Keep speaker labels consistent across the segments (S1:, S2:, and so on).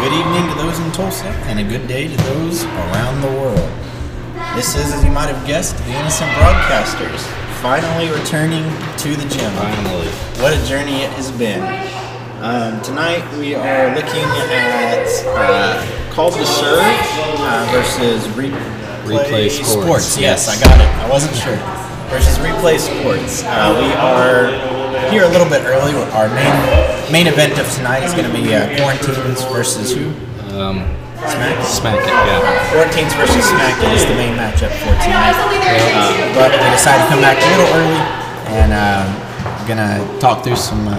S1: good evening to those in Tulsa, and a good day to those around the world. This is, as you might have guessed, the Innocent Broadcasters, finally returning to the gym.
S2: Finally.
S1: What a journey it has been. Um, tonight we are looking at uh, Call to Serve uh, versus re-
S2: Replay Sports,
S1: Yes,
S2: yes.
S1: I got it. I wasn't sure. Versus Replay Sports. Uh, we are here a little bit early. Our main main event of tonight is going to be uh, Quarantines versus who?
S2: Um,
S1: Smack.
S2: smack it, yeah.
S1: Quarantines versus SmackDown is the main matchup for tonight. Uh, but they decided to come back a little early, and uh, I'm gonna talk through some uh,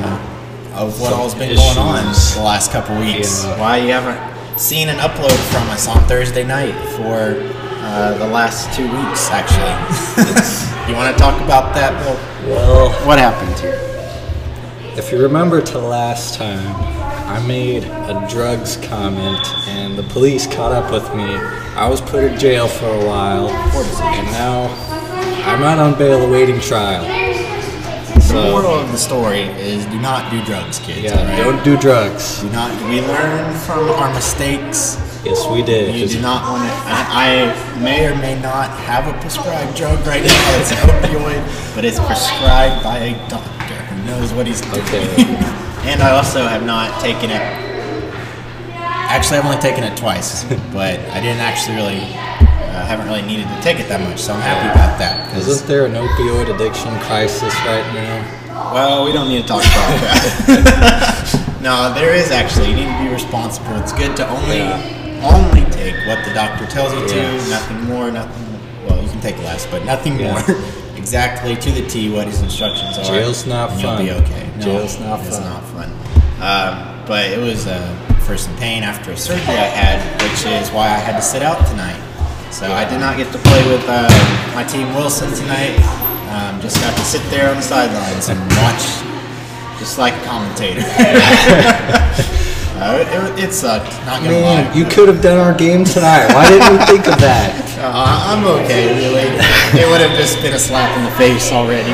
S1: of what all's been going on
S2: issues.
S1: the last couple weeks.
S2: Yeah.
S1: Why you haven't seen an upload from us on Thursday night for uh, the last two weeks, actually. you want to talk about that? Well,
S2: Well,
S1: what happened here?
S2: if you remember to last time, I made a drugs comment and the police caught up with me. I was put in jail for a while, and now I'm out on bail awaiting trial.
S1: The
S2: So-
S1: moral of the story is: do not do drugs, kids.
S2: Yeah,
S1: alright?
S2: don't do drugs.
S1: Do not. We learn from our mistakes.
S2: Yes, we did.
S1: You
S2: 'cause
S1: do not want to. I, I may or may not have a prescribed drug right now. It's an opioid, but it's prescribed by a doctor who knows what he's doing.
S2: Okay.
S1: and I also have not taken it. Actually, I've only taken it twice, but I didn't actually really. uh, haven't really needed to take it that much, so I'm happy about that. 'cause-
S2: Isn't there an opioid addiction crisis right now?
S1: well, we don't need to talk about that. no, there is actually. You need to be responsible. It's good to only only take what the doctor tells you
S2: Yes.
S1: to. Nothing more. Nothing. Well, you can take less, but nothing
S2: Yeah.
S1: more. exactly to the T what his instructions are.
S2: Jail's not
S1: and you'll
S2: fun.
S1: Be okay. No,
S2: Jail's not
S1: it's
S2: fun.
S1: not fun. Um, but it was uh, for some pain after a surgery I had, which is why I had to sit out tonight. So I did not get to play with uh, my team Wilson tonight. Um, just got to sit there on the sidelines and watch, just like a commentator. Uh, it- it, it sucked. Not gonna lie.
S2: Man, you could have done our game tonight. Why didn't you think of that?
S1: Uh, I'm okay, really. it would have just been a slap in the face already to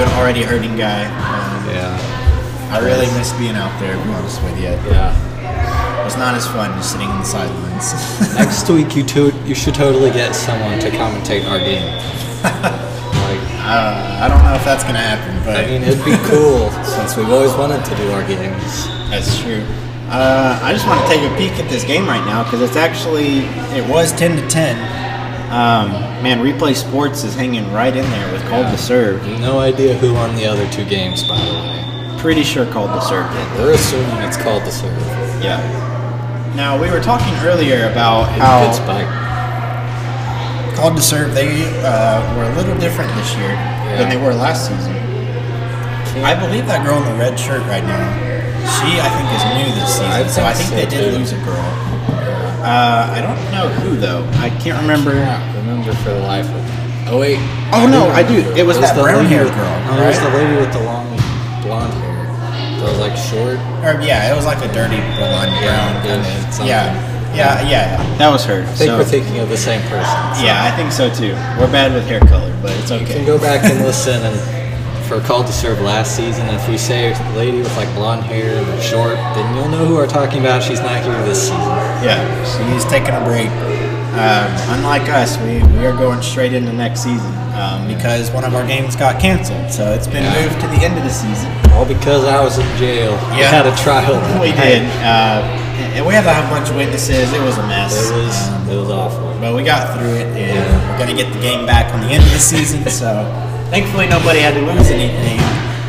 S1: an already hurting guy. Um,
S2: Yeah,
S1: I really missed being out there, to be honest with you. It
S2: yeah.
S1: was not as fun just sitting on the sidelines.
S2: Next week, you to- you should totally get someone to commentate our game. like,
S1: uh, I don't know if that's going to happen, but
S2: I mean, it'd be cool since we've always wanted to do our games.
S1: that's true. Uh, I just want to take a peek at this game right now because it's actually, it was 10 to 10. Um, man, Replay Sports is hanging right in there with Called to Serve.
S2: No idea who won the other two games, by the way.
S1: Pretty sure Called to Serve did.
S2: We're assuming it's called the serve.
S1: Yeah. Now we were talking earlier about
S2: It's Good
S1: how
S2: spike.
S1: called to serve they uh, were a little different this year than
S2: Yeah.
S1: they were last season. I believe that girl in the red shirt right now. She I think is new this season,
S2: I
S1: so I think
S2: think
S1: they
S2: so,
S1: did
S2: too.
S1: lose a girl. Uh, I don't know who though. I can't remember.
S2: Yeah, remember for the life of me. Oh wait.
S1: Oh, no, I do. It was that
S2: the
S1: brown
S2: lady
S1: hair
S2: with-
S1: girl,
S2: No, it was the
S1: right?
S2: lady with the long blonde hair. That was like short.
S1: Or yeah, it was like a dirty blonde brown.
S2: yeah,
S1: kinda-
S2: something.
S1: Yeah, yeah, yeah. That was her.
S2: I think we're thinking of the same person.
S1: yeah, I think so too. We're bad with hair color, but it's
S2: You can go back and listen and for call to serve last season if we say lady with like blonde hair and short then you'll know who we're talking about she's not here this season
S1: Yeah, she's taking a break. Um, unlike us, we, we are going straight into next season um, because one of our games got canceled, so it's been
S2: Yeah.
S1: moved to the end of the season.
S2: all because i was in jail we
S1: Yeah.
S2: had a trial
S1: We did, uh, and we had to have a bunch of witnesses. It was a mess,
S2: it was it was awful
S1: but we got through it, and
S2: Yeah.
S1: we're gonna get the game back on the end of the season. so thankfully, nobody had to lose anything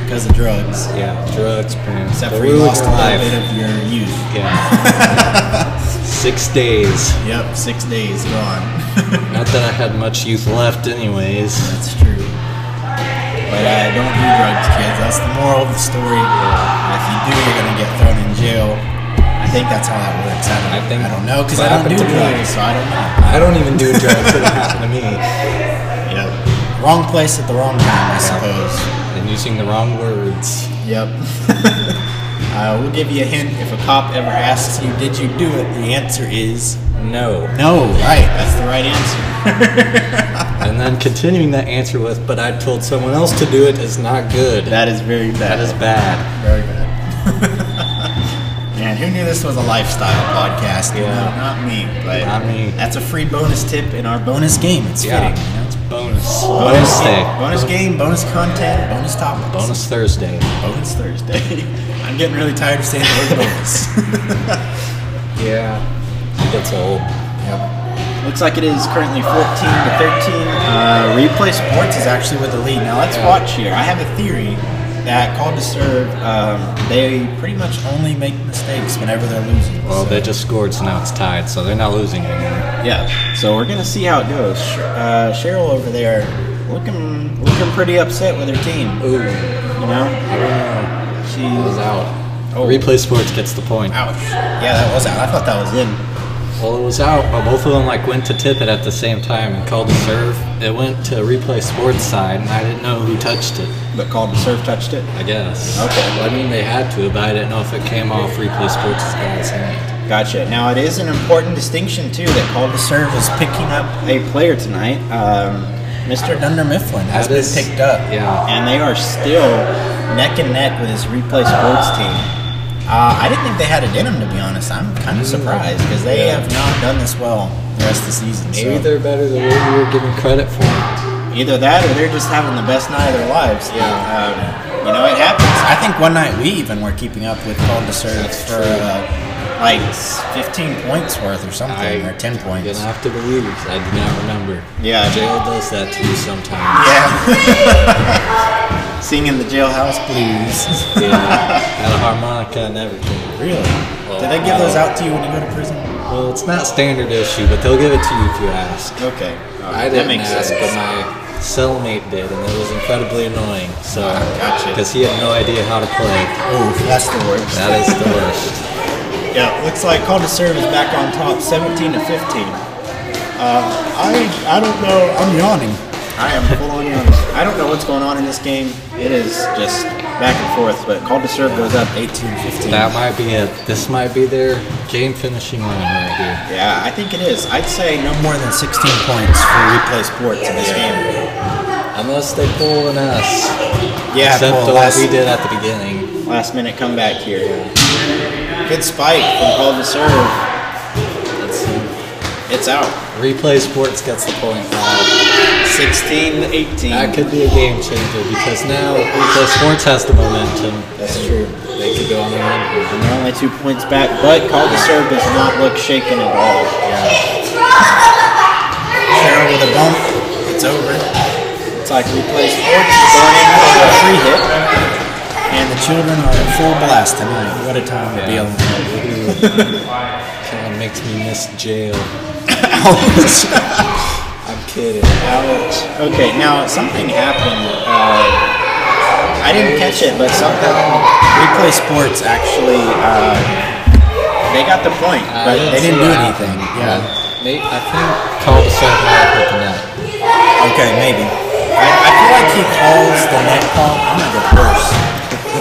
S1: because of drugs,
S2: yeah drugs man
S1: except
S2: The
S1: for you
S2: ruin
S1: lost a
S2: your
S1: little
S2: life.
S1: bit of your youth.
S2: yeah six days
S1: Yep, six days gone.
S2: not that i had much youth left anyways
S1: That's true. But uh, don't do drugs, kids. That's the moral of the story. If you do, you're gonna get thrown in jail. I think that's how that works. I don't, I
S2: I think
S1: don't know because
S2: what
S1: I don't do
S2: happened to me-
S1: drugs, so I don't know.
S2: i don't even do drugs it happened to me
S1: Yep. Wrong place at the wrong time, I suppose.
S2: and using the wrong words
S1: Yep. uh, we'll give you a hint. If a cop ever asks you, "Did you do it?" the answer is
S2: no
S1: no. Right. That's the right answer.
S2: And then continuing that answer with, but I told someone else to do it is not good.
S1: that is very bad.
S2: that is bad.
S1: Very bad. Man, who knew this was a lifestyle podcast? You
S2: Yeah.
S1: know, not me, but
S2: Not me.
S1: that's a free bonus tip in our bonus game. It's
S2: Yeah,
S1: fitting. you know?
S2: that's bonus.
S1: Bonus
S2: Bonus
S1: game,
S2: day.
S1: bonus game, bonus content, bonus topics.
S2: Bonus Thursday.
S1: bonus Thursday. I'm getting really tired of saying the word bonus.
S2: Yeah. It's old.
S1: yep. Looks like it is currently 14 to 13. Uh, replay sports is actually with the lead. Now let's
S2: Yeah.
S1: watch here. I have a theory that called to serve, um, they pretty much only make mistakes whenever they're losing.
S2: Well,
S1: So-
S2: they just scored, so now it's tied, so they're not losing anymore.
S1: Yeah, so we're gonna see how it goes. Sh- Uh, Cheryl over there, looking looking pretty upset with her team.
S2: Ooh.
S1: You know,
S2: Yeah.
S1: she's
S2: was out.
S1: Oh.
S2: Replay Sports gets the point.
S1: ouch. Yeah, that was out. I thought that was in.
S2: Well, it was out, but both of them like went to tip it at the same time and called a serve. It went to Replay Sports side, and I didn't know who touched it.
S1: But called to serve touched it.
S2: I guess.
S1: Okay.
S2: Well, I mean, they had to, but I didn't know if it came off Replay Sports guy's hand.
S1: Gotcha. Now it is an important distinction too that called to serve was picking up a player tonight. Um, Mr. Dunder Mifflin has
S2: That
S1: been
S2: is-
S1: picked up.
S2: yeah.
S1: and they are still neck and neck with his replay sports team. Uh, I didn't think they had it in them to be honest. I'm kind of surprised because they
S2: Mm. Yeah.
S1: have not done this well the rest of the season. so-
S2: Maybe they're better than what we were giving credit for.
S1: Either that or they're just having the best night of their lives. Yeah. Um, you know, it happens. I think one night we even were keeping up with Paul Desert
S2: That's
S1: for
S2: true.
S1: uh, like 15 points worth or something, or 10 points.
S2: You're gonna have to believe. I do not remember.
S1: Yeah.
S2: jail does that to you sometimes.
S1: Yeah. Singing the jailhouse blues.
S2: Yeah, had a harmonica and everything.
S1: really? Did they give those out to you when you go to prison?
S2: Well, it's not standard issue, but they'll give it to you if you ask.
S1: Okay.
S2: I didn't ask, but my cellmate did, and it was incredibly annoying. So,
S1: Gotcha.
S2: because he had no idea how to play.
S1: Oof, that's the worst.
S2: That is the worst.
S1: Yeah, looks like Call to Serve is back on top, 17 to 15. Uh, I I don't know. I'm yawning. I am full on yawning. I don't know what's going on in this game. It is just back and forth, but Call to Serve goes up 18-15.
S2: That might be it. This might be their game finishing run right here.
S1: yeah, I think it is. I'd say no more than 16 points for replay sports in this game.
S2: Unless they pull an S,
S1: Yeah,
S2: except
S1: Cole,
S2: for what
S1: last,
S2: we did at the beginning.
S1: last minute comeback here. Good spike from Call to Serve.
S2: Let's see.
S1: It's out.
S2: Replay Sports gets the point five.
S1: 16 to 18.
S2: That could be a game changer because now Replay Sports has the momentum.
S1: That's true.
S2: They could go on the run here.
S1: And they're only two points back, but call to serve does not look shaken at all. Carroll with a bump. It's over. It's like we play sports going in for a free hit. And the children are in full blast tonight. What a time to be
S2: Yeah.
S1: alive.
S2: Kind of makes me miss jail. I'm kidding.
S1: Ouch. Okay, now something happened. Uh, I didn't catch it, but somehow Replay Sports actually uh, they got the point, but they didn't do anything. Yeah.
S2: Nate, I think called the set back with the net.
S1: Okay, maybe. I, I feel like he calls the net call. I'm gonna go first.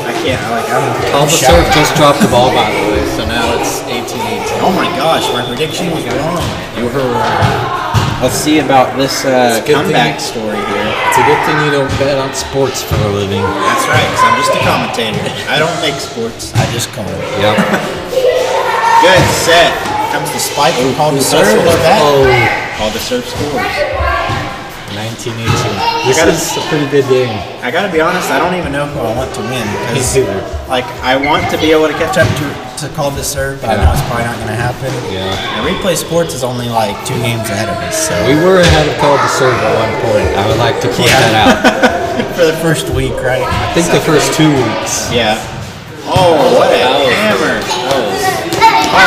S1: I can't. I like. I'm
S2: Called the
S1: shouting.
S2: serve just dropped the ball, by the way, so now it's 18 18.
S1: Oh my gosh, my prediction was wrong.
S2: You were wrong.
S1: Let's see about this uh,
S2: It's a good
S1: comeback
S2: thing.
S1: story here.
S2: It's a good thing you don't bet on sports for a living.
S1: That's right, because I'm just a commentator. I don't make sports. I just call it.
S2: Yep.
S1: Good set. Comes the spike. Oh, Ooh, call to serve. Look at that.
S2: Oh,
S1: Call to serve scores.
S2: 1918.
S1: I
S2: This
S1: gotta-
S2: is a pretty good game.
S1: I gotta be honest, I don't even know who I want to win. 'cause,
S2: Me neither.
S1: like, I want to be able to catch up to, to call this serve, but I know it's probably not gonna happen.
S2: Yeah.
S1: And replay sports is only like two games ahead of us, so
S2: We were ahead of called the serve at one point. I would like to point
S1: Yeah.
S2: that out.
S1: for the first week, right?
S2: I think the first two weeks.
S1: Yeah. Oh, what a
S2: Oh.
S1: hammer!
S2: Oh,
S1: Oh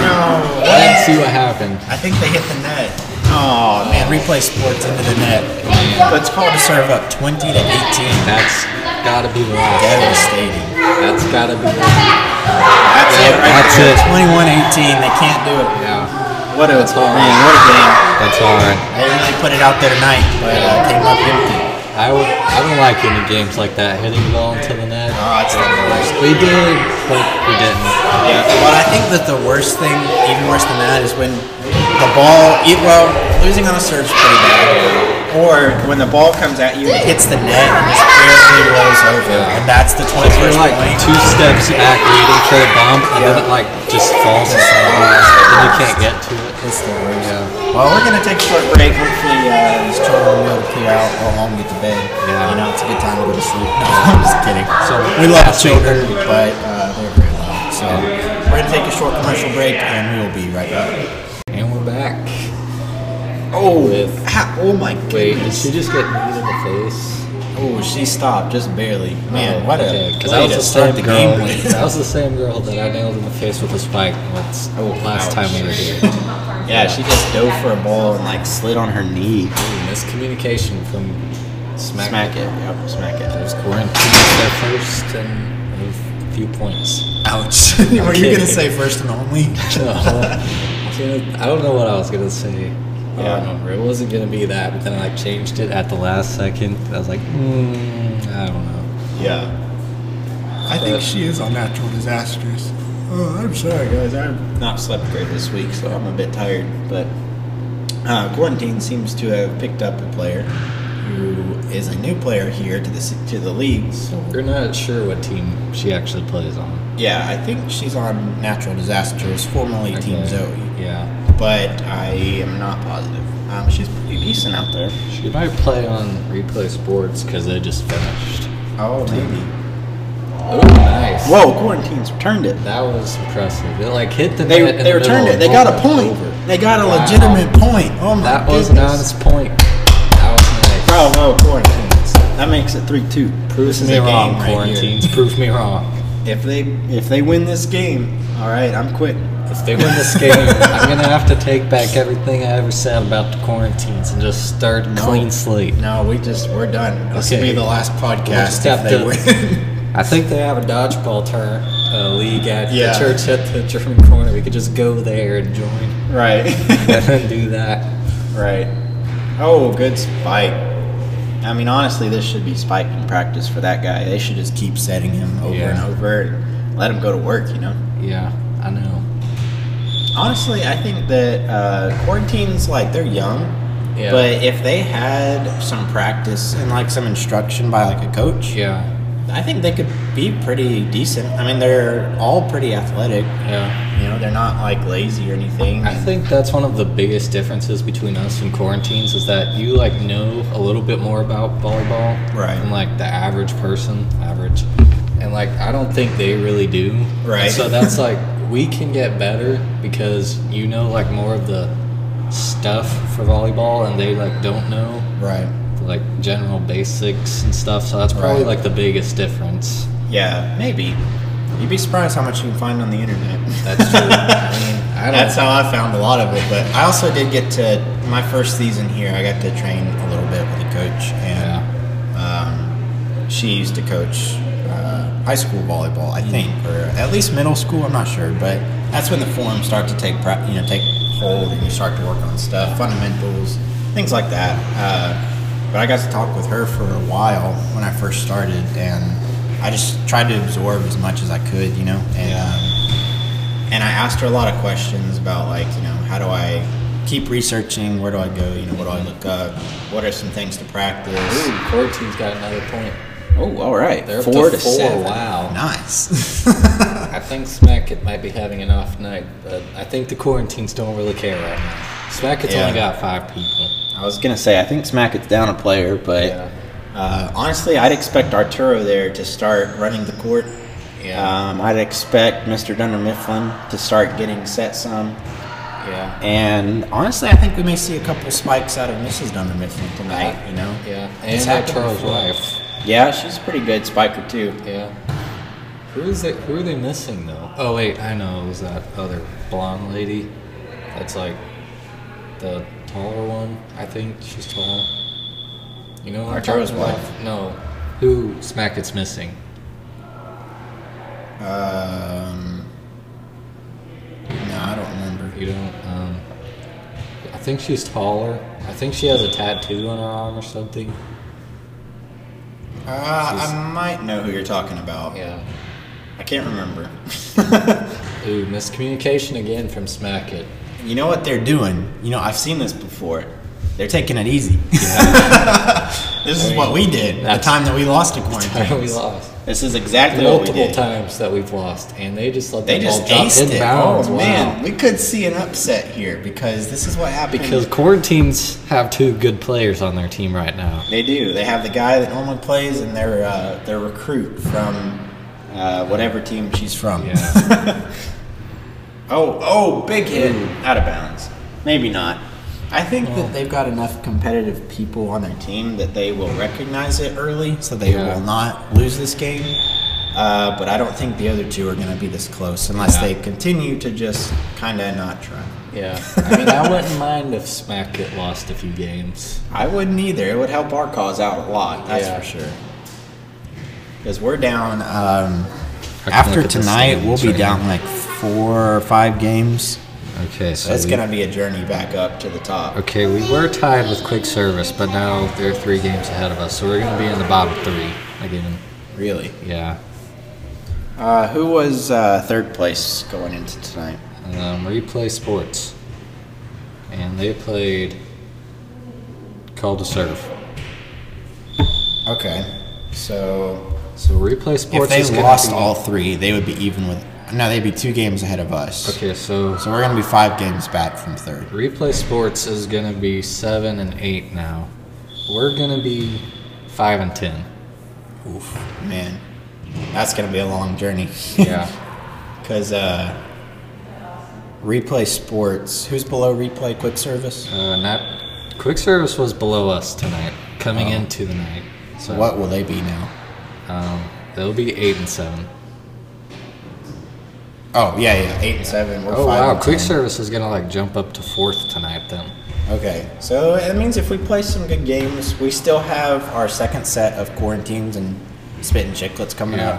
S1: no!
S2: I didn't see what happened.
S1: I think they hit the net. Oh man, replay sports into the net.
S2: Man,
S1: Let's call to serve up 20 to 18.
S2: that's gotta be the last.
S1: Devastating.
S2: That's gotta be the last.
S1: That's it. Right
S2: That's
S1: there.
S2: it.
S1: 21-18. They can't do it.
S2: Yeah,
S1: What a
S2: That's hard.
S1: man! What a game!
S2: that's alright.
S1: They really put it out there tonight, but uh, came up empty.
S2: I, w- I don't like any games like that, hitting the ball into the net.
S1: Oh, it's the worst.
S2: We did, but we didn't.
S1: Yeah. But I think that the worst thing, even worse than that, is when the ball. It, well, losing on the serve's pretty bad. Or when the ball comes at you and hits the net and just barely rolls over, and that's the
S2: We're
S1: 21st
S2: like
S1: point.
S2: two steps back waiting for the bomb, and then it like just falls and falls, and you can't get to it.
S1: It's the worst.
S2: Yeah.
S1: Well, we're gonna take a short break. Hopefully, uh, this children will clear out, go home, get to bed.
S2: Yeah.
S1: You know, it's a good time to go to sleep. No, I'm just kidding.
S2: So,
S1: we love
S2: that's
S1: children,
S2: okay.
S1: but uh, they're very loud. So we're gonna take a short commercial break, and we will be right back.
S2: And we're back. Oh, with
S1: Ha- oh my
S2: wait, did
S1: goodness!
S2: she just get kneed in the face?
S1: Oh, she stopped just barely. Man, what a
S2: Because
S1: way
S2: Oh, that was
S1: to
S2: the
S1: start
S2: same
S1: the
S2: girl.
S1: game with.
S2: that was the same girl that I nailed in the face with a spike once,
S1: Oh,
S2: last time we were here.
S1: Yeah, she just dove for a ball and like slid on her knee.
S2: Miscommunication from Smack.
S1: Smack it. Yep, smack it.
S2: It was quarantine their first and a few points.
S1: Ouch. Were you
S2: Okay.
S1: gonna say first and only?
S2: No. Dude, I don't know what I was gonna say. I
S1: Yeah.
S2: don't remember. It wasn't gonna be that, but then I like changed it at the last second. I was like, hmm, I don't know.
S1: yeah.
S3: I think she is on natural disasters. Oh, I'm sorry, guys. I'm
S1: Not slept great this week, so I'm a bit tired. But uh, quarantine seems to have picked up a player who is a new player here to the ci- to the league. So
S2: We're not sure what team she actually plays on.
S1: yeah, I think she's on Natural Disasters, formerly Team
S2: Okay.
S1: Zoe,
S2: Yeah.
S1: but I am not positive. Um, she's pretty decent out there.
S2: She might play on Replay Sports because they just finished.
S1: Oh, maybe.
S2: Oh, nice.
S1: Whoa, quarantine's returned it.
S2: That was impressive. It like hit the
S1: They
S2: net. in
S1: they
S2: the
S1: returned
S2: middle
S1: it. They
S2: and
S1: got a
S2: rolled
S1: point.
S2: over.
S1: They got a
S2: Wow.
S1: legitimate point. Oh my
S2: That was an
S1: goodness.
S2: honest point. That was nice.
S1: Bravo, quarantine. That makes it three two.
S2: Proves me wrong, quarantines. Prove me wrong.
S1: If they if they win this game, all right, I'm quitting.
S2: If they win this game, I'm gonna have to take back everything I ever said about the quarantines and just start a clean slate.
S1: No, we just we're done. This will
S2: Okay.
S1: be the last
S2: We'll
S1: podcast
S2: just have
S1: if they
S2: to-
S1: win.
S2: I think they have a dodgeball turn uh, league at
S1: Yeah.
S2: the church at the German corner. We could just go there and join and
S1: right,
S2: then do that.
S1: right. Oh, good spike. I mean, honestly, this should be spike in practice for that guy. They should just keep setting him over
S2: Yeah.
S1: and over and let him go to work. You know.
S2: Yeah, I know.
S1: Honestly, I think that uh, quarantines like they're young,
S2: Yeah.
S1: but if they had some practice and like some instruction by like a coach,
S2: Yeah,
S1: I think they could be pretty decent. I mean, they're all pretty athletic.
S2: yeah.
S1: You know, they're not like lazy or anything.
S2: I think that's one of the biggest differences between us and quarantines is that you like know a little bit more about volleyball
S1: Right.
S2: than like the average person, average, and like I don't think they really do.
S1: Right.
S2: And so that's like we can get better because you know like more of the stuff for volleyball and they like don't know
S1: right.
S2: like general basics and stuff. So that's probably
S1: Right.
S2: like the biggest difference.
S1: Yeah, maybe. You'd be surprised how much you can find on the internet.
S2: That's true. I mean, I don't.
S1: That's how I found a lot of it. But I also did get to my first season here. I got to train a little bit with a coach, and um, she used to coach uh, high school volleyball, I think, or at least middle school. I'm not sure, but that's when the forms start to take pra- you know take hold, and you start to work on stuff, fundamentals, things like that. Uh, but I got to talk with her for a while when I first started, and I just tried to absorb as much as I could, you know, and. Um, and I asked her a lot of questions about like you know how do I keep researching, where do I go, you know what do I look up, what are some things to practice.
S2: Ooh, quarantine's got another point.
S1: Oh, all right,
S2: They're up
S1: four
S2: to
S1: to,
S2: four,
S1: seven.
S2: wow.
S1: nice.
S2: I think Smack it might be having an off night, but I think the quarantines don't really care right now. Smack it's
S1: Yeah.
S2: only got five people.
S1: I was gonna say I think Smack it's down a player, but
S2: Yeah.
S1: uh, honestly, I'd expect Arturo there to start running the court.
S2: Yeah.
S1: Um, I'd expect Mr. Dunder Mifflin to start getting set some.
S2: Yeah.
S1: And honestly, I think we may see a couple spikes out of Mrs. Dunder Mifflin tonight, you know?
S2: Yeah.
S1: It's
S2: And
S1: happened
S2: Arturo's
S1: before.
S2: wife.
S1: Yeah, she's a pretty good spiker, too.
S2: Yeah. Who is it? Who are they missing though? Oh wait, I know. It was that other blonde lady. That's like the taller one. I think she's tall. You know, who I'm
S1: Arturo's
S2: talking about?
S1: wife.
S2: No. Who Smack it's missing?
S1: Um, no, I don't remember.
S2: You don't. Um, I think she's taller. I think she has a tattoo on her arm or something.
S1: Uh, I might know who you're talking about.
S2: Yeah.
S1: I can't remember.
S2: Ooh, miscommunication again from Smack It.
S1: you know what they're doing. You know, I've seen this before. They're taking it easy. this is what we did the
S2: That's-
S1: time that we lost to
S2: we
S1: quarantine.
S2: lost.
S1: This is exactly what we
S2: Multiple
S1: did.
S2: times that we've lost, and they just let
S1: They
S2: that
S1: just
S2: ball drop
S1: aced it.
S2: inbounds.
S1: Oh
S2: Wow.
S1: man, we could see an upset here because this is what happened.
S2: Because quarantines have two good players on their team right now.
S1: They do. They have the guy that normally plays and their uh, their recruit from uh, whatever team she's from.
S2: Yeah.
S1: oh, oh, big hit out of bounds. Maybe not. I think that they've got enough competitive people on their team that they will recognize it early, so they
S2: Yeah.
S1: will not lose this game. Uh, but I don't think the other two are going to be this close unless
S2: Yeah.
S1: they continue to just kind of not try.
S2: Yeah. I mean, I wouldn't mind if Smack get lost a few games.
S1: I wouldn't either. It would help our cause out a lot. That's
S2: Yeah.
S1: for sure. Because we're down. Um,
S2: can
S1: after
S2: look at the
S1: tonight, we'll
S2: standings
S1: be
S2: right
S1: down like four or five games.
S2: Okay, so
S1: That's
S2: we,
S1: gonna be a journey back up to the top.
S2: okay, we were tied with Quick Service, but now they're three games ahead of us, so we're gonna be in the bottom three again.
S1: Really.
S2: Yeah.
S1: Uh, who was uh, third place going into tonight?
S2: Um, replay Sports, and they played Call to Serve.
S1: Okay. So
S2: So Replay Sports
S1: if they
S2: is gonna
S1: lost
S2: be-
S1: all three, they would be even with. No, they'd be two games ahead of us.
S2: Okay, so
S1: So we're gonna be five games back from third.
S2: Replay Sports is gonna be seven and eight now. We're gonna be five and ten.
S1: Oof, man, that's gonna be a long journey.
S2: Yeah.
S1: Because uh, Replay Sports, who's below Replay Quick Service?
S2: uh, not Quick Service was below us tonight, coming into the night. So
S1: Oh. What will they be now?
S2: Um, they'll be eight and seven.
S1: Oh, yeah, yeah, 8 and 7. We're
S2: Oh
S1: five
S2: wow,
S1: and
S2: Quick
S1: 10.
S2: Service is gonna like jump up to fourth tonight then.
S1: Okay, so that means if we play some good games, we still have our second set of quarantines and spit and chicklets coming
S2: Yeah.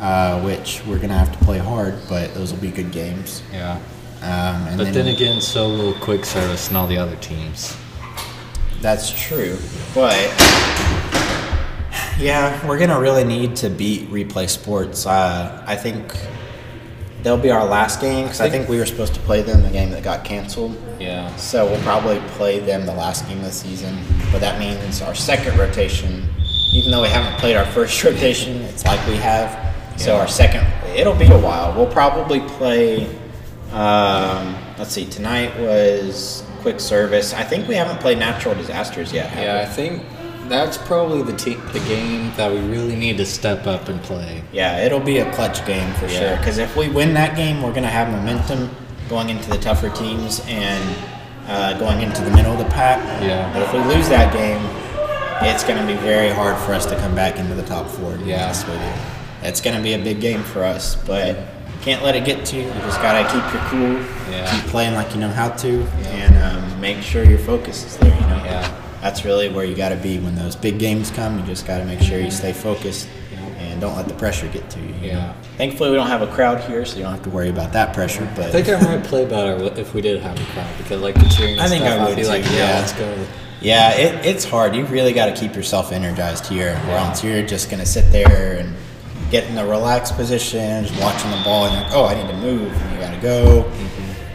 S1: up, uh, which we're going to have to play hard, but those will be good games.
S2: Yeah.
S1: Um, and
S2: But then again, so will Quick Service and all the other teams.
S1: That's true, but yeah, we're gonna really need to beat Replay Sports. Uh, I think they'll be our last game because I think we were supposed to play them the game that got canceled.
S2: Yeah.
S1: So we'll probably play them the last game of the season, but that means our second rotation. Even though we haven't played our first rotation, it's like we have. So our second, it'll be a while. We'll probably play. Um, let's see. Tonight was quick service. I think we haven't played natural disasters yet. have
S2: Yeah, I think that's probably the te- the game that we really need to step up and play.
S1: we? yeah. It'll be a clutch game for
S2: Yeah.
S1: sure. Because if we win that game, we're gonna have momentum going into the tougher teams and uh, going into the middle of the pack.
S2: Yeah.
S1: But if we lose that game, it's going to be very hard for us to come back into the top four. To be
S2: Yeah.
S1: honest with you, it's going to be a big game for us, but can't let it get to you. You just got to keep your cool,
S2: Yeah.
S1: keep playing like you know how to, and um, make sure your focus is there. You know,
S2: Yeah.
S1: that's really where you got to be when those big games come. You just got to make sure you stay focused. And don't let the pressure get to you. you
S2: Yeah.
S1: know? Thankfully, we don't have a crowd here, so you don't have to worry about that pressure. But
S2: I think I might play better wi- if we did have a crowd because like the cheering. And
S1: I think
S2: stuff,
S1: I
S2: I'd
S1: would
S2: be
S1: too,
S2: like,
S1: yeah.
S2: yeah, let's go.
S1: Yeah, it, it's hard. You really got to keep yourself energized here, or else you're just gonna sit there and get in the relaxed position, just watching the ball, and you're like, oh, I need to move, and you gotta go.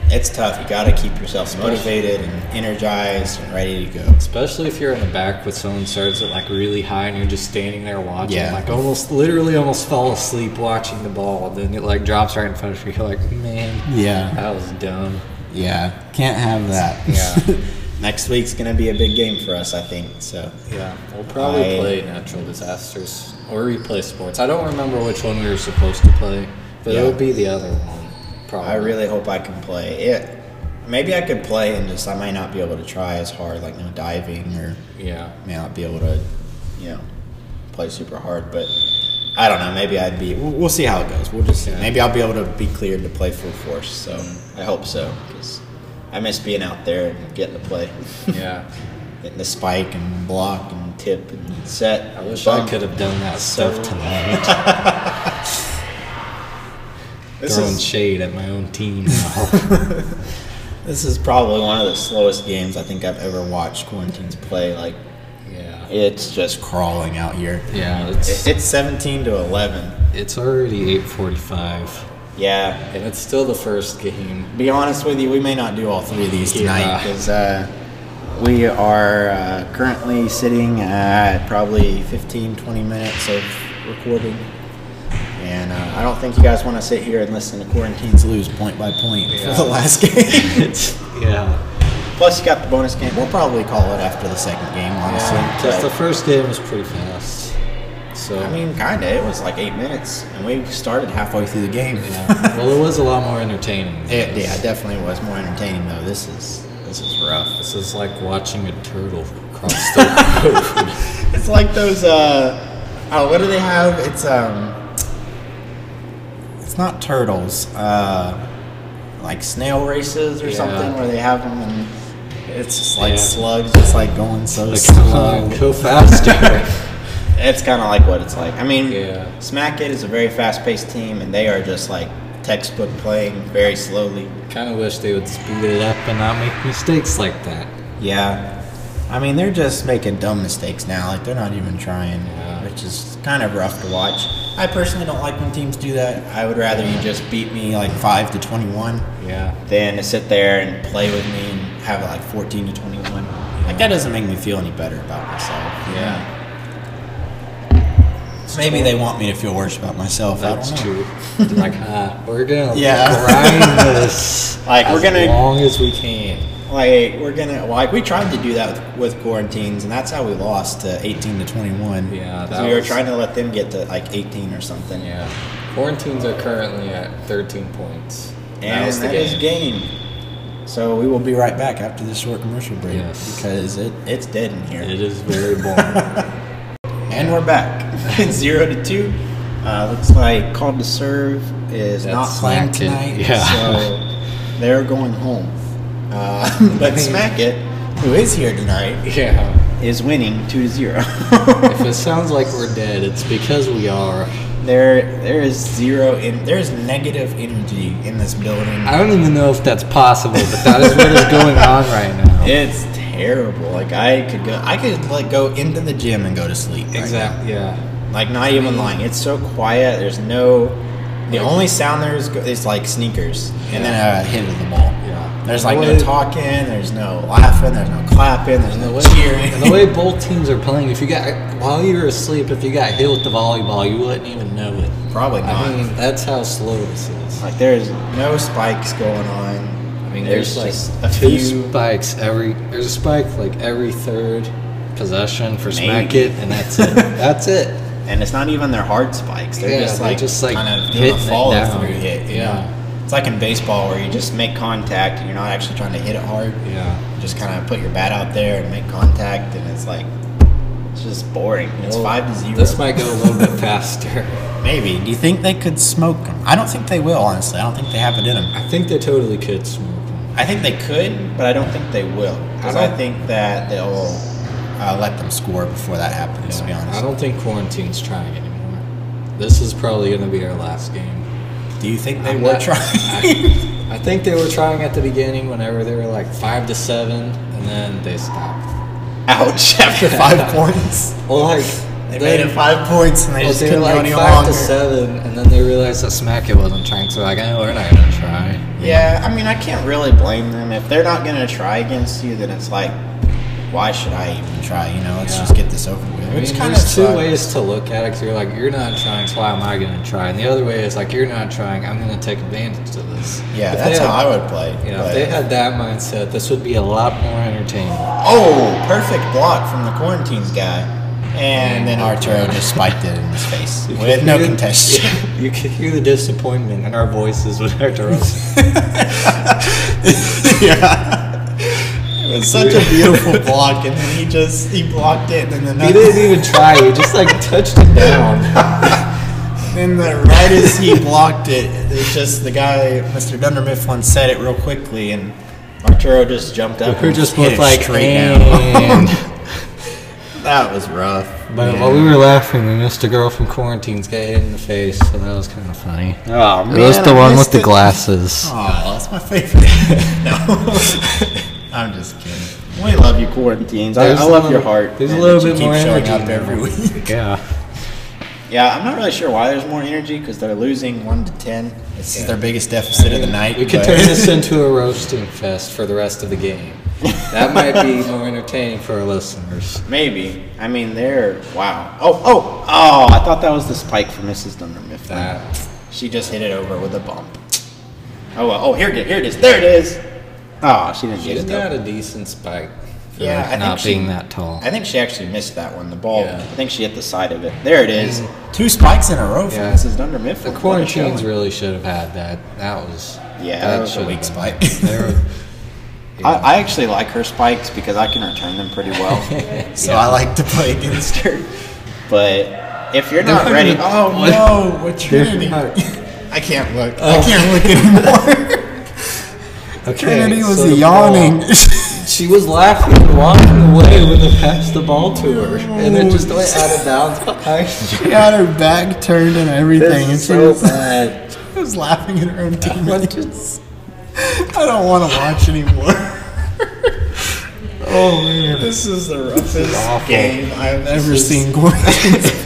S1: It's tough. You gotta keep yourself motivated and energized and ready to go.
S2: Especially if you're in the back with someone serves it like really high and you're just standing there watching,
S1: Yeah.
S2: like almost literally almost fall asleep watching the ball. And then it like drops right in front of you. You're like, man,
S1: Yeah,
S2: that was dumb.
S1: yeah, can't have that.
S2: Yeah.
S1: Next week's gonna be a big game for us, I think. So
S2: Yeah, we'll probably
S1: I-
S2: play natural disasters or replay sports. I don't remember which one we were supposed to play, but
S1: Yeah.
S2: it'll be the other one. Probably.
S1: I really hope I can play it. Maybe I could play and just I might not be able to try as hard, like no diving or
S2: Yeah.
S1: may not be able to, you know, play super hard. But I don't know. Maybe I'd be. We'll, we'll see how it goes. We'll just see.
S2: Yeah. Mm-hmm.
S1: Maybe I'll be able to be cleared to play full force. So I hope so because I miss being out there and getting to play,
S2: Yeah.
S1: getting to spike and block and tip and set.
S2: I wish I
S1: bump.
S2: could have done that
S1: So-
S2: stuff tonight.
S1: This
S2: Throwing
S1: is-
S2: shade at my own team. Now.
S1: This is probably one of the slowest games I think I've ever watched Quarantines play. Like
S2: yeah.
S1: it's just crawling out here.
S2: Yeah.
S1: It-
S2: It's
S1: It's 17 to 11.
S2: it's already eight forty-five.
S1: Yeah.
S2: and it's still the first game.
S1: Be honest with you, we may not do all three of these tonight
S2: Yeah.
S1: because uh, we are uh, currently sitting at probably 15, 20 minutes of recording. And uh, I don't think you guys want to sit here and listen to Quarantine's lose point by point
S2: Yeah.
S1: for the last game.
S2: Yeah,
S1: Plus, you got the bonus game. We'll probably call it after the second game, honestly.
S2: because the
S1: but-
S2: first game was pretty fast. So
S1: I mean, kind of. It was like eight minutes, and we started halfway through the game.
S2: yeah. well, it was a lot more entertaining. than
S1: It,
S2: this.
S1: yeah, it definitely was more entertaining though. This is this is rough.
S2: This is like watching a turtle cross the road.
S1: It's like those. uh Oh, what do they have? It's um. It's not turtles. Uh, like snail races or
S2: Yeah.
S1: something where they have them and it's just like
S2: Yeah.
S1: slugs, just like going so
S2: Like, come
S1: slow.
S2: on, go faster.
S1: It's kind of like what it's like. I mean,
S2: Yeah.
S1: Smack It is a very fast-paced team, and they are just like textbook playing very slowly.
S2: kind of wish they would speed it up and not make mistakes like that.
S1: Yeah. I mean, they're just making dumb mistakes now. Like, they're not even trying,
S2: Yeah.
S1: which is kind of rough to watch. I personally don't like when teams do that. I would rather you just beat me like 5 to 21
S2: Yeah.
S1: than to sit there and play with me and have it like 14 to 21. Like, that doesn't make me feel any better about myself.
S2: Yeah.
S1: Maybe they want me to feel worse about myself. I
S2: That's
S1: don't know.
S2: true. They're like, ah, we're gonna
S1: Yeah.
S2: grind this
S1: Like,
S2: as
S1: we're gonna-
S2: long as we can.
S1: Like we're gonna like we tried to do that with, with quarantines, and that's how we lost to eighteen to twenty one.
S2: Yeah,
S1: 'Cause
S2: that
S1: we were
S2: was-
S1: trying to let them get to like eighteen or something.
S2: Yeah. Quarantines are currently at 13 points.
S1: And
S2: was the
S1: that is game. So we will be right back after this short commercial break
S2: Yes.
S1: because it, it's dead in here.
S2: It is very boring.
S1: And we're back. Zero to two. Uh, looks like Called to Serve is
S2: That's
S1: not playing
S2: Smack It.
S1: tonight,
S2: Yeah.
S1: so they're going home. Uh, but Smack It, who is here tonight,
S2: yeah.
S1: is winning two to zero.
S2: If it sounds like we're dead, it's because we are.
S1: there, there is zero in. There is negative energy in this building.
S2: I don't even know if that's possible, but that is what is going on right now.
S1: It's terrible. Like I could go, I could like go into the gym and go to sleep. right
S2: exactly. Yeah.
S1: now. Like not even lying. It's so quiet. There's no. The only sound there is, go- is like sneakers and then a hit of the ball.
S2: Yeah.
S1: There's like no
S2: What-
S1: talking. There's no laughing. There's no clapping. There's
S2: The
S1: no
S2: way,
S1: cheering.
S2: and the way both teams are playing, if you got while you were asleep, if you got hit with the volleyball, you wouldn't even know it.
S1: Probably not.
S2: I mean, that's how slow this is.
S1: like there's no spikes going on.
S2: I mean, there's,
S1: just
S2: like two spikes every. There's a spike like every third possession for smack
S1: Maybe.
S2: it, and that's it. that's it.
S1: and it's not even their hard spikes. They're
S2: Yeah,
S1: just
S2: they're
S1: like
S2: just, like,
S1: kind of doing a
S2: hitting it
S1: follow
S2: down.
S1: through hit. You
S2: Yeah.
S1: know? it's like in baseball where you just make contact and you're not actually trying to hit it hard.
S2: Yeah.
S1: You just kind of put your bat out there and make contact, and it's like it's just boring. It's
S2: Well,
S1: five to zero.
S2: This might go a little bit faster.
S1: maybe. Do you think they could smoke them? I don't think they will. Honestly, I don't think they have it in them.
S2: I think they totally could smoke them.
S1: I think they could, but I don't think they will because
S2: I
S1: I,
S2: don't-
S1: think that they'll uh, let them score before that happens. To be honest,
S2: I don't think quarantine's trying anymore. This is probably going to be our last game.
S1: Do you think they
S2: I'm
S1: were
S2: not-
S1: trying?
S2: I, I think they were trying at the beginning whenever they were like five to seven, and then they stopped.
S1: Ouch! After five points.
S2: Well, like
S1: They made it five points and they
S2: well,
S1: just
S2: they
S1: couldn't
S2: were
S1: go
S2: like
S1: any
S2: five
S1: longer.
S2: to seven, and then they realized that Smack it wasn't trying. So like, I know we're not gonna try.
S1: Yeah, I mean, I can't really blame them. If they're not going to try against you, then it's like, why should I even try? You know, let's
S2: Yeah.
S1: just get this over with.
S2: I mean,
S1: Which kind of
S2: there's two ways to look at it. Cause you're like, you're not trying, so why am I gonna try? And the other way is like, you're not trying. I'm gonna take advantage of this.
S1: Yeah,
S2: If
S1: that's
S2: they
S1: how
S2: had-
S1: I would play.
S2: You know,
S1: but-
S2: if they had that mindset, this would be a lot more entertaining.
S1: oh, perfect block from the quarantines guy. And then Arturo just spiked it in his face with no contest.
S2: You could hear the disappointment in our voices when Hector was
S1: yeah. It was such a beautiful block, and then he just he blocked it, and then another.
S2: He didn't even try. He just like touched it down.
S1: Then the, right as he blocked it, it's just the guy, Mr. Dunder Mifflin, said it real quickly, and Arturo just jumped up.
S2: We're
S1: and
S2: just
S1: hit
S2: both
S1: it
S2: like,
S1: straight
S2: and.
S1: down. that was rough.
S2: But while we were laughing, we missed a girl from quarantine's get hit in the face, so that was kind of funny.
S1: oh,
S2: it was the one with the glasses.
S1: Oh, that's my favorite. no, I'm just kidding. We love you, quarantines. I, I
S2: There's a
S1: love
S2: little-
S1: your heart.
S2: there's a
S1: man,
S2: little
S1: that you
S2: bit more
S1: keep showing
S2: energy
S1: up
S2: now.
S1: every week.
S2: Yeah.
S1: Yeah, I'm not really sure why there's more energy because they're losing one to ten. This is their biggest deficit of the night.
S2: We could
S1: but-
S2: turn this into a roasting fest for the rest of the game. That might be more entertaining for our listeners.
S1: Maybe. I mean, they're wow. Oh, oh, oh! I thought that was the spike for Mrs. Dunder Mifflin.
S2: That
S1: She just hit it over with a bump. Oh, well, oh, here it is. Here it is. There it is. Oh, she didn't get
S2: she's
S1: it though.
S2: got a decent spike for
S1: Yeah, I think
S2: not
S1: she-
S2: being that tall.
S1: I think she actually missed that one. The ball.
S2: Yeah.
S1: I think she hit the side of it. There it is. Mm. Two spikes in a row for
S2: Yeah.
S1: Mrs. Dunder
S2: The
S1: Mifflin. What a
S2: quarantines
S1: showing.
S2: really should have had that. That was
S1: Yeah, that was a
S2: should
S1: weak
S2: have
S1: spike.
S2: been there. They were- yeah.
S1: I, I actually like her spikes because I can return them pretty well. so I like to play against her. But if you're not ready, oh no,
S3: Oh, what's your name?
S1: I can't look. Oh. I can't look anymore.
S2: okay,
S3: Kennedy was
S2: so the ball-
S3: yawning.
S2: She was laughing and walking away when they passed the ball to her, and it just went out of bounds behind her.
S3: she had her back turned and everything, and she was,
S2: bad.
S3: she was laughing at her own teammates. I don't want to watch anymore.
S2: Oh man,
S1: this is the roughest
S2: awful.
S1: game I've
S3: Never
S1: ever seen.
S3: seen quarantines.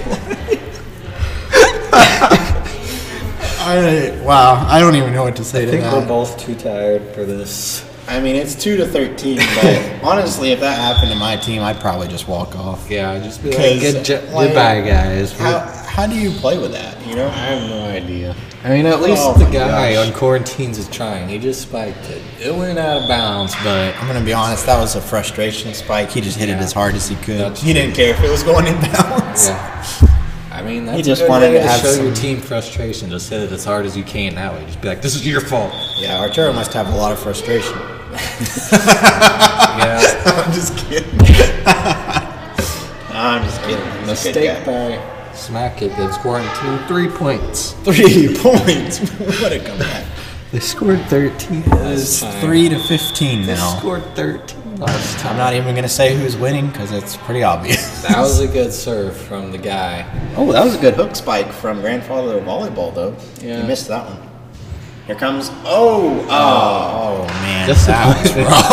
S3: I wow, I don't even know what to say
S2: I
S3: to
S2: think
S3: that.
S2: we're both too tired for this.
S1: I mean, it's two to thirteen, but honestly, if that happened to my team, I'd probably just walk off.
S2: Yeah, just be
S1: Because,
S2: like, good jo-
S1: like,
S2: goodbye, guys.
S1: How how do you play with that? You know, I have no idea.
S2: I mean, at least
S1: Oh
S2: the
S1: my
S2: guy
S1: gosh.
S2: on quarantines is trying. He just spiked it. It went out of bounds, but
S1: I'm gonna be honest. That was a frustration spike. He just hit it
S2: Yeah.
S1: as hard as he could.
S2: That's
S1: he didn't care if it was going in bounds.
S2: yeah. I mean, that's
S1: just
S2: a good
S1: wanted
S2: way
S1: to have
S2: show
S1: some-
S2: your team frustration. Just hit it as hard as you can that way. Just be like, this is your fault.
S1: Yeah, Arturo must have a lot of frustration.
S2: Yeah.
S1: I'm just kidding. I'm just kidding. He's a good
S2: Mistake
S1: guy.
S2: by Smack It gives quarantine three points.
S1: Three points. what a comeback.
S2: They scored 13
S1: It's three to fifteen
S2: They
S1: now.
S2: scored 13 last
S1: I'm
S2: time.
S1: not even gonna say who's winning because it's pretty obvious.
S2: That was a good serve from the guy.
S1: oh, that was a good hook spike from grandfather volleyball though.
S2: Yeah.
S1: You missed that one. Here comes. Oh, oh, oh man,
S2: Just
S1: that was
S2: about-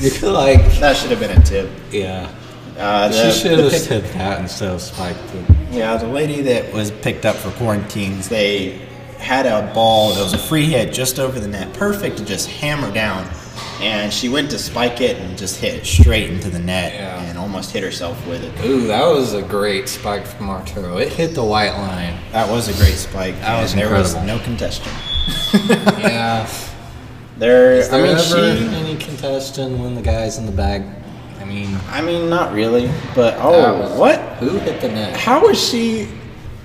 S1: rough.
S2: You're like,
S1: that should have been a tip.
S2: yeah.
S1: Uh, the,
S2: She should have
S1: the pick-
S2: hit that instead of spiked it.
S1: Yeah, the lady that was picked up for quarantines, they had a ball that was a free hit just over the net, perfect to just hammer down. And she went to spike it and just hit it straight into the net
S2: Yeah.
S1: and almost hit herself with it.
S2: Ooh, that was a great spike from Arturo. It hit the white line.
S1: That was a great spike.
S2: That was
S1: and there was
S2: incredible.
S1: no contestant.
S2: Yeah.
S1: There,
S2: Is there
S1: I mean,
S2: ever
S1: she.
S2: any contestant when the guy's in the bag? I mean,
S1: I mean, not really, but
S2: that
S1: oh,
S2: was-
S1: what?
S2: Who hit the net?
S1: How is she?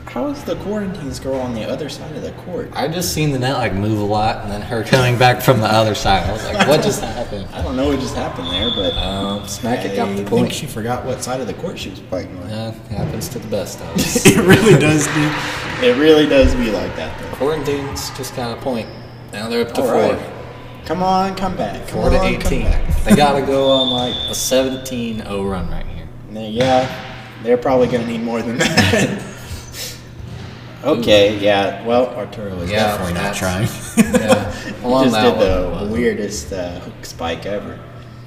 S1: How is the quarantines girl on the other side of the court?
S2: I just seen the net like move a lot, and then her coming back from the other side. I was like, what just happened?
S1: I don't know what just happened there, but
S2: Um, smack it
S1: I
S2: got the
S1: think
S2: point.
S1: she forgot what side of the court she was playing on.
S2: Yeah, happens to the best of us.
S1: it really does be. It really does be like that though.
S2: Quarantines just got a point. Now they're up to
S1: All
S2: four.
S1: right, Come on, come back. Come
S2: Four to
S1: on, come
S2: 18.
S1: back.
S2: They got to go on like a 17-0 run right here.
S1: Now, yeah, they're probably gonna need more than that. okay, yeah. Well, Arturo is
S2: Yeah,
S1: definitely not
S2: that's-
S1: trying.
S2: Yeah.
S1: He
S2: Along
S1: just
S2: that
S1: did the
S2: one.
S1: weirdest uh, hook spike ever.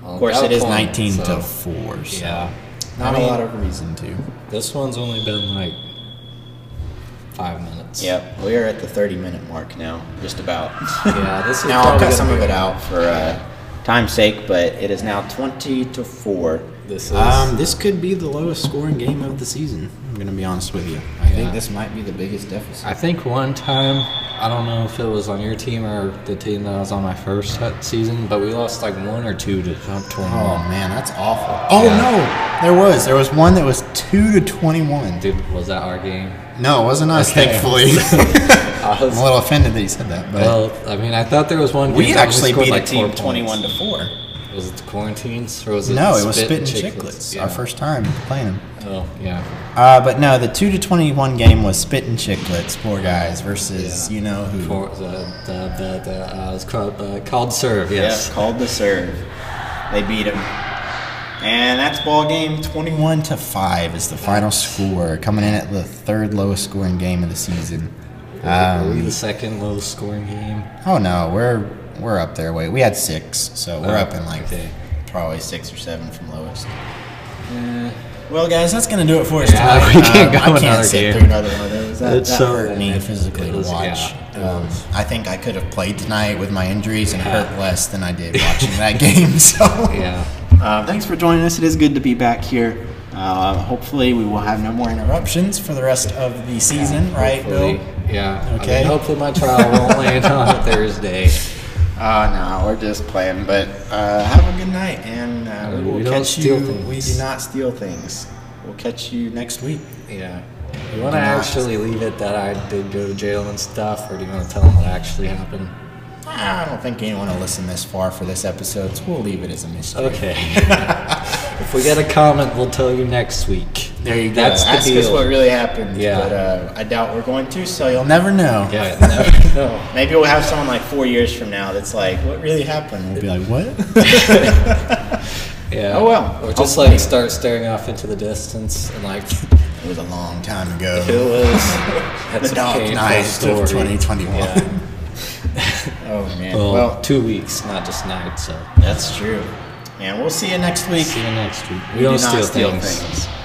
S2: Well,
S1: of course,
S2: that
S1: it is
S2: point,
S1: 19
S2: so-
S1: to four. So
S2: Yeah.
S1: not
S2: I
S1: a
S2: mean-
S1: lot of reason to.
S2: This one's only been like five minutes.
S1: Yep, we are at the 30 minute mark now, just about.
S2: Yeah, this is
S1: Now I'll
S2: probably
S1: cut some
S2: gonna
S1: of
S2: be-
S1: it out for uh, time's sake, but it is now 20 to 4.
S2: This is
S1: Um, this could be the lowest scoring game of the season. I'm going to be honest with you. I
S2: Yeah.
S1: think this might be the biggest deficit.
S2: I think one time, I don't know if it was on your team or the team that I was on my first hut season, but we lost like one or two to top 21.
S1: Oh man, that's awful. Oh
S2: Yeah.
S1: no, there was there was one that was 2 to 21.
S2: Dude, was that our game?
S1: No, it wasn't us,
S2: Okay.
S1: thankfully.
S2: I
S1: I'm
S2: was,
S1: a little offended that you said that, but
S2: well, I mean, I thought there was one.
S1: we
S2: game that
S1: actually
S2: scored,
S1: beat
S2: like,
S1: a
S2: four
S1: team
S2: points.
S1: 21 to 4.
S2: Was it the quarantines or was it?
S1: No, it was
S2: Spit
S1: Spit and
S2: Chicklets?
S1: Chicklets,
S2: Yeah.
S1: our first time playing them.
S2: Oh yeah,
S1: Uh, but no, the two to twenty-one game was spit and chicklets, poor guys versus
S2: Yeah.
S1: you know who.
S2: For the the the, the uh, it was called uh, called serve. Yes.
S1: Yeah, called the serve. They beat him, and that's ball game twenty-one to five is the final score, coming in at the third lowest scoring game of the season.
S2: Are we
S1: Um,
S2: the second lowest scoring game?
S1: oh no, we're we're up there. Wait, we had six, so we're
S2: Oh,
S1: up in like
S2: okay.
S1: probably six or seven from lowest.
S2: Eh,
S1: Well, guys, that's gonna do it for us
S2: Yeah,
S1: tonight.
S2: we can't
S1: Um,
S2: go
S1: I can't
S2: another
S1: sit
S2: game.
S1: through another one of those. That,
S2: It's
S1: that
S2: so-
S1: hurt me physically
S2: it
S1: to
S2: was-
S1: watch.
S2: yeah, it
S1: um,
S2: was.
S1: I think I could have played tonight with my injuries and hurt less than I did watching that game. So,
S2: Yeah.
S1: uh, thanks for joining us. It is good to be back here. Uh, hopefully, we will have no more interruptions for the rest of the season, right, Bill?
S2: Hopefully- Yeah. I
S1: Okay.
S2: mean, hopefully my trial won't land on Thursday.
S1: Uh, no, we're just playing. But uh, have a good night, and uh, we
S2: Uh,
S1: will
S2: we don't
S1: catch
S2: steal
S1: you.
S2: things.
S1: We do not steal things. We'll catch you next week.
S2: Yeah. You want to actually leave it that I did go to jail and stuff, or do you want to tell them what actually happened?
S1: I don't think anyone will listen this far for this episode, so we'll leave it as a mystery. Uh,
S2: Okay. if we get a comment, we'll tell you next week.
S1: There you go.
S2: That's the
S1: Ask us
S2: deal.
S1: what really happened.
S2: Yeah.
S1: But uh, I doubt we're going to, so you'll never know.
S2: Yeah. No. no.
S1: Maybe we'll have someone like four years from now that's like, what really happened? We'll be like, what?
S2: Yeah.
S1: Oh, well.
S2: Or just
S1: Hopefully.
S2: like start staring off into the distance and like
S1: it was a long time
S2: it
S1: ago.
S2: was.
S1: The
S2: That's a
S1: dark
S2: painful
S1: night
S2: story.
S1: of 2021.
S2: Yeah.
S1: Oh, man.
S2: Well,
S1: Well,
S2: two weeks, not just night. So
S1: that's true. And we'll see you next week.
S2: see you next week. We,
S1: do
S2: don't
S1: not
S2: steal
S1: steal
S2: things.
S1: things.